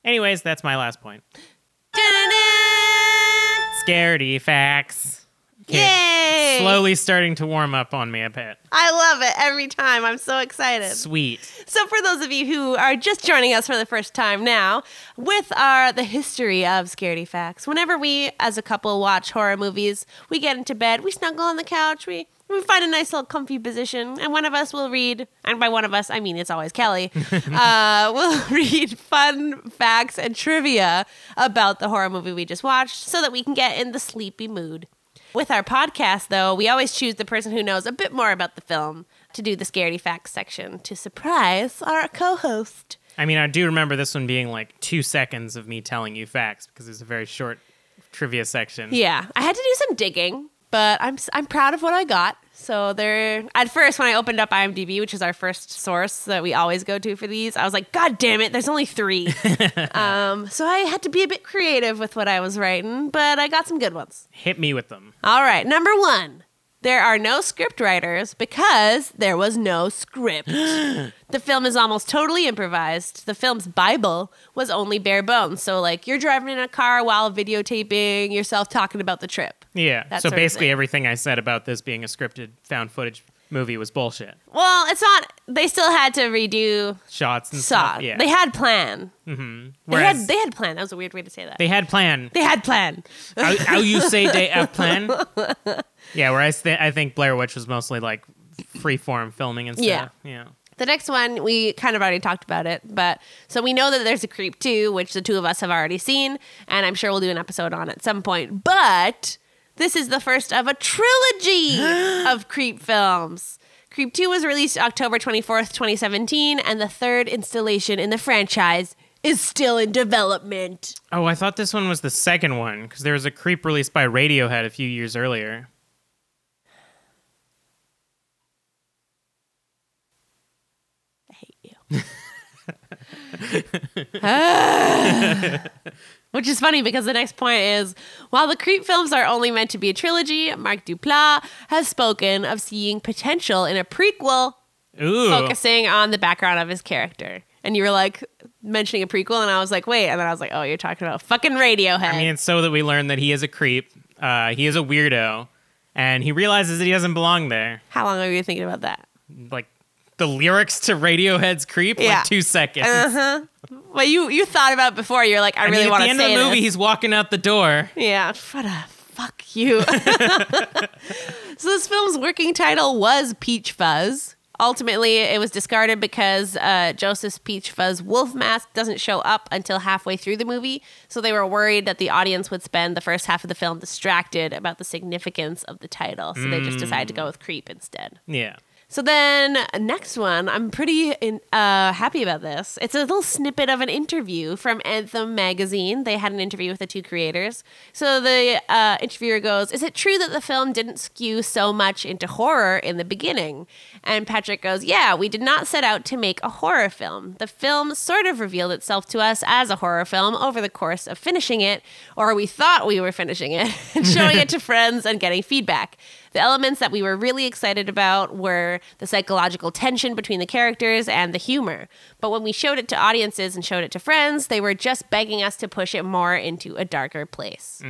S2: Anyways, that's my last point.
S1: Da-da-da!
S2: Scaredy facts.
S1: Yay!
S2: Slowly starting to warm up on me a bit.
S1: I love it every time. I'm so excited.
S2: Sweet.
S1: So, for those of you who are just joining us for the first time now, with our the history of scaredy facts, whenever we as a couple watch horror movies, we get into bed, we snuggle on the couch, we we find a nice little comfy position, and one of us will read, and by one of us I mean it's always Kelly, uh, will read fun facts and trivia about the horror movie we just watched, so that we can get in the sleepy mood. With our podcast, though, we always choose the person who knows a bit more about the film to do the scaredy facts section to surprise our co host.
S2: I mean, I do remember this one being like two seconds of me telling you facts because it's a very short trivia section.
S1: Yeah, I had to do some digging, but I'm, s- I'm proud of what I got. So there, at first, when I opened up IMDb, which is our first source that we always go to for these, I was like, God damn it, there's only three. um, so I had to be a bit creative with what I was writing, but I got some good ones.
S2: Hit me with them.
S1: All right, number one. There are no script writers because there was no script. the film is almost totally improvised. The film's Bible was only bare bones. So, like, you're driving in a car while videotaping yourself talking about the trip.
S2: Yeah.
S1: That
S2: so
S1: sort of
S2: basically,
S1: thing.
S2: everything I said about this being a scripted found footage movie was bullshit.
S1: Well, it's not, they still had to redo
S2: Shots and
S1: Saw.
S2: stuff. Yeah.
S1: They had plan.
S2: Whereas
S1: they, had, they had plan. That was a weird way to say that. They,
S2: they had plan.
S1: had plan.
S2: how, how you say they have plan? yeah. Whereas th- I think Blair Witch was mostly like freeform filming and stuff. Yeah. Yeah.
S1: The next one, we kind of already talked about it, but so we know that there's a creep too, which the two of us have already seen, and I'm sure we'll do an episode on at some point. But this is the first of a trilogy of creep films. Creep 2 was released October 24th, 2017, and the third installation in the franchise is still in development.
S2: Oh, I thought this one was the second one because there was a creep released by Radiohead a few years earlier.
S1: I hate you. Which is funny because the next point is while the Creep films are only meant to be a trilogy, Marc Duplass has spoken of seeing potential in a prequel
S2: Ooh.
S1: focusing on the background of his character. And you were like mentioning a prequel, and I was like, wait. And then I was like, oh, you're talking about fucking Radiohead.
S2: I mean, it's so that we learn that he is a creep. Uh, he is a weirdo, and he realizes that he doesn't belong there.
S1: How long are you thinking about that?
S2: Like the lyrics to Radiohead's "Creep,"
S1: Yeah.
S2: like two seconds.
S1: Well, you you thought about it before. You're like, I,
S2: I
S1: really
S2: mean, at
S1: want
S2: the
S1: to
S2: end of
S1: say
S2: the movie,
S1: this.
S2: he's walking out the door.
S1: Yeah, shut up. Fuck you. so this film's working title was Peach Fuzz. Ultimately, it was discarded because uh, Joseph's Peach Fuzz wolf mask doesn't show up until halfway through the movie. So they were worried that the audience would spend the first half of the film distracted about the significance of the title. So they just decided to go with Creep instead.
S2: Yeah.
S1: So then, next one, I'm pretty in, uh, happy about this. It's a little snippet of an interview from Anthem magazine. They had an interview with the two creators. So the uh, interviewer goes, "Is it true that the film didn't skew so much into horror in the beginning?" And Patrick goes, "Yeah, we did not set out to make a horror film. The film sort of revealed itself to us as a horror film over the course of finishing it, or we thought we were finishing it, and showing it to friends and getting feedback." The elements that we were really excited about were the psychological tension between the characters and the humor. But when we showed it to audiences and showed it to friends, they were just begging us to push it more into a darker place.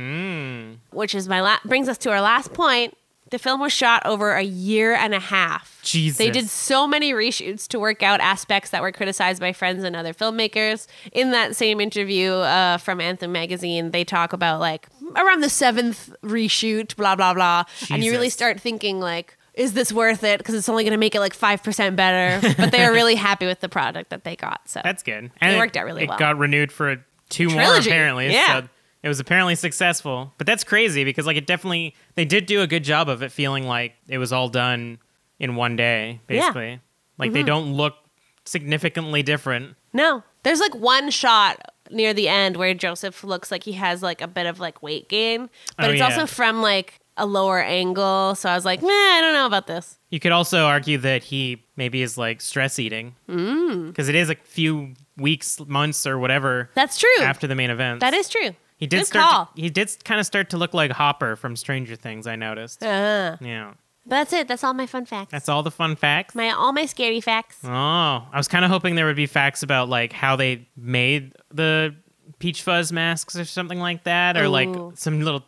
S1: Which is my la- brings us to our last point. The film was shot over a year and a half.
S2: Jesus.
S1: They did so many reshoots to work out aspects that were criticized by friends and other filmmakers. In that same interview uh, from Anthem Magazine, they talk about like around the seventh reshoot, blah, blah, blah. And you really
S2: Jesus.
S1: start thinking, like, is this worth it? Because it's only going to make it like 5% better. But they are really happy with the product that they got. So
S2: That's good. And
S1: worked out really
S2: it
S1: well.
S2: got renewed for two more
S1: Trilogy.
S2: apparently.
S1: Yeah.
S2: So it was apparently successful. But that's crazy because like it definitely they did do a good job of it feeling like it was all done in one day,
S1: Yeah. Mm-hmm.
S2: basically. Like they don't look significantly different.
S1: No. There's like one shot near the end where Joseph looks like he has like a bit of like weight gain, but
S2: Oh,
S1: it's
S2: yeah.
S1: also from like a lower angle. So I was like, meh, I don't know about this.
S2: You could also argue that he maybe is like stress eating because it is a few weeks, months, or whatever
S1: Mm. That's true.
S2: after the main event.
S1: that is true.
S2: He did
S1: Good
S2: start.
S1: call.
S2: To, he did kind of start to look like Hopper from Stranger Things. I noticed.
S1: Uh,
S2: Yeah,
S1: but that's it. That's all my fun facts.
S2: that's all the fun facts.
S1: my all my scary facts.
S2: oh, I was kind of hoping there would be facts about like how they made the peach fuzz masks or something like that, or
S1: Ooh.
S2: like some little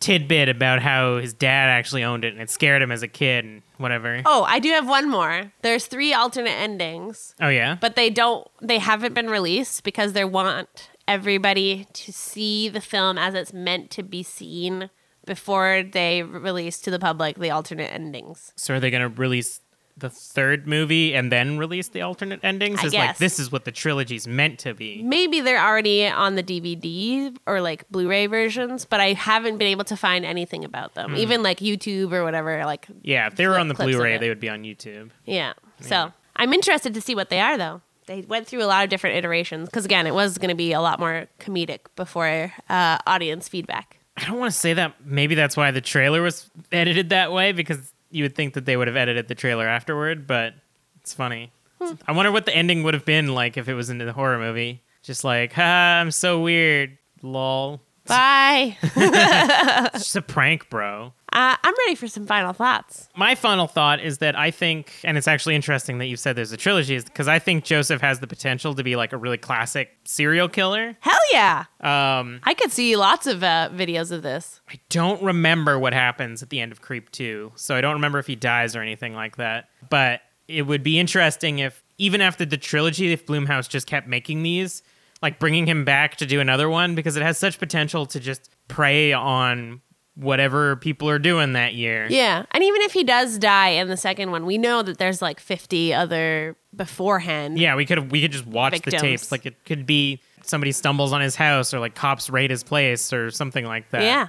S2: tidbit about how his dad actually owned it and it scared him as a kid and whatever.
S1: Oh, I do have one more. There's three alternate endings,
S2: Oh yeah,
S1: but they don't they haven't been released because they want everybody to see the film as it's meant to be seen before they release to the public the alternate endings.
S2: so are they going to release? The third movie, and then release the alternate endings.
S1: I
S2: It's like
S1: guess.
S2: this is what the trilogy's meant to be.
S1: Maybe they're already on the DVD or like Blu-ray versions, but I haven't been able to find anything about
S2: Hmm.
S1: them. Even like YouTube or whatever like
S2: Yeah, if they were
S1: Flip
S2: on the
S1: clips of
S2: Blu-ray,
S1: it.
S2: they would be on YouTube.
S1: Yeah. So I'm interested to see what they are, though. They went through a lot of different iterations because, again, it was going to be a lot more comedic before uh, audience feedback.
S2: I don't want to say that. Maybe that's why the trailer was edited that way because you would think that they would have edited the trailer afterward, but it's funny.
S1: Hmm.
S2: I wonder what the ending would have been like if it was into the horror movie. Just like, ha, I'm so weird. Lol.
S1: Bye. uh,
S2: It's just a prank, bro.
S1: I'm ready for some final thoughts.
S2: My final thought is that I think, and it's actually interesting that you said there's a trilogy, is because I think Joseph has the potential to be like a really classic serial killer.
S1: Hell yeah.
S2: Um,
S1: I could see lots of uh, videos of this.
S2: I don't remember what happens at the end of Creep 2, so I don't remember if he dies or anything like that. But it would be interesting if, even after the trilogy, if Bloomhouse just kept making these, like bringing him back to do another one, because it has such potential to just prey on whatever people are doing that year.
S1: Yeah. And even if he does die in the second one, we know that there's like 50 other beforehand.
S2: Yeah, we could have we could just watch the
S1: Victims.
S2: tapes. Like it could be somebody stumbles on his house, or like cops raid his place, or something like that.
S1: Yeah.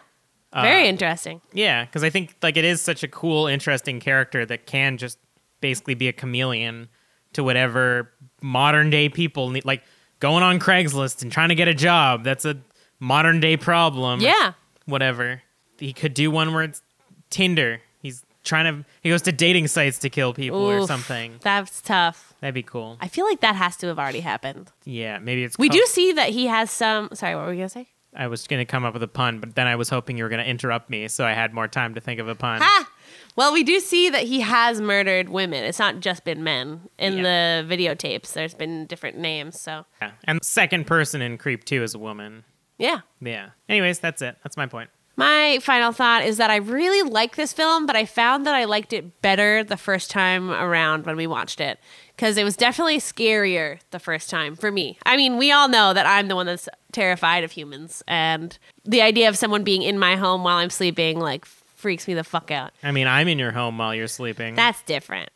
S1: Very
S2: Uh,
S1: interesting.
S2: Yeah, because I think like it is such a cool, interesting character that can just basically be a chameleon to whatever modern day people need. Like going on Craigslist and trying to get a job. That's a modern day problem.
S1: Yeah.
S2: Whatever. He could do one where it's Tinder. He's trying to. He goes to dating sites to kill people or
S1: Oof,
S2: something.
S1: That's tough.
S2: That'd be cool.
S1: I feel like that has to have already happened.
S2: Yeah, maybe it's.
S1: We
S2: co-
S1: do see that he has some. Sorry, what were we going to say?
S2: I was gonna come up with a pun, but then I was hoping you were gonna interrupt me, so I had more time to think of a pun.
S1: Ah! Well, we do see that he has murdered women. It's not just been men in the videotapes. There's been different names. So,
S2: Yeah. And the second person in Creep 2 is a woman.
S1: yeah.
S2: Yeah. Anyways, that's it. That's my point.
S1: My final thought is that I really like this film, but I found that I liked it better the first time around when we watched it because it was definitely scarier the first time for me. I mean, we all know that I'm the one that's terrified of humans, and the idea of someone being in my home while I'm sleeping like freaks me the fuck out.
S2: I mean, I'm in your home while you're sleeping.
S1: That's different.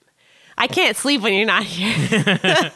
S1: I can't sleep when you're not here.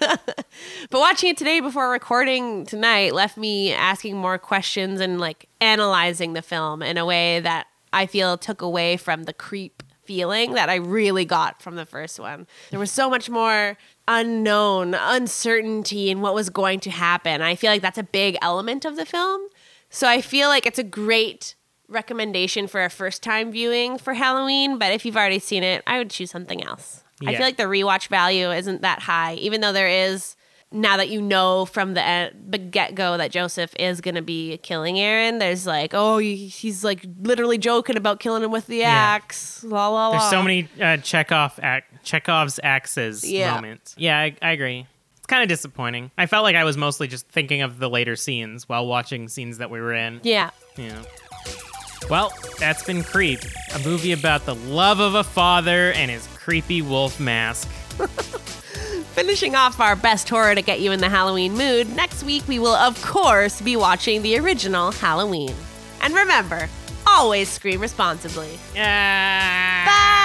S1: but watching it today before recording tonight left me asking more questions and like analyzing the film in a way that I feel took away from the creep feeling that I really got from the first one. There was so much more unknown, uncertainty in what was going to happen. I feel like that's a big element of the film. So I feel like it's a great recommendation for a first time viewing for Halloween, but if you've already seen it, I would choose something else. I
S2: Yeah.
S1: feel like the rewatch value isn't that high, even though there is now that you know from the, e- the get go that Joseph is going to be killing Aaron. There's like, oh, he- he's like literally joking about killing him with the axe. La la la.
S2: There's so many uh, Chekhov ac- Chekhov's axes
S1: Yeah.
S2: moments. Yeah, I, I agree. It's kind of disappointing. I felt like I was mostly just thinking of the later scenes while watching scenes that we were in.
S1: Yeah.
S2: Yeah. Well, that's been Creep, a movie about the love of a father and his creepy wolf mask.
S1: Finishing off our best horror to get you in the Halloween mood, next week we will, of course, be watching the original Halloween. And remember, always scream responsibly.
S2: Yeah.
S1: Bye!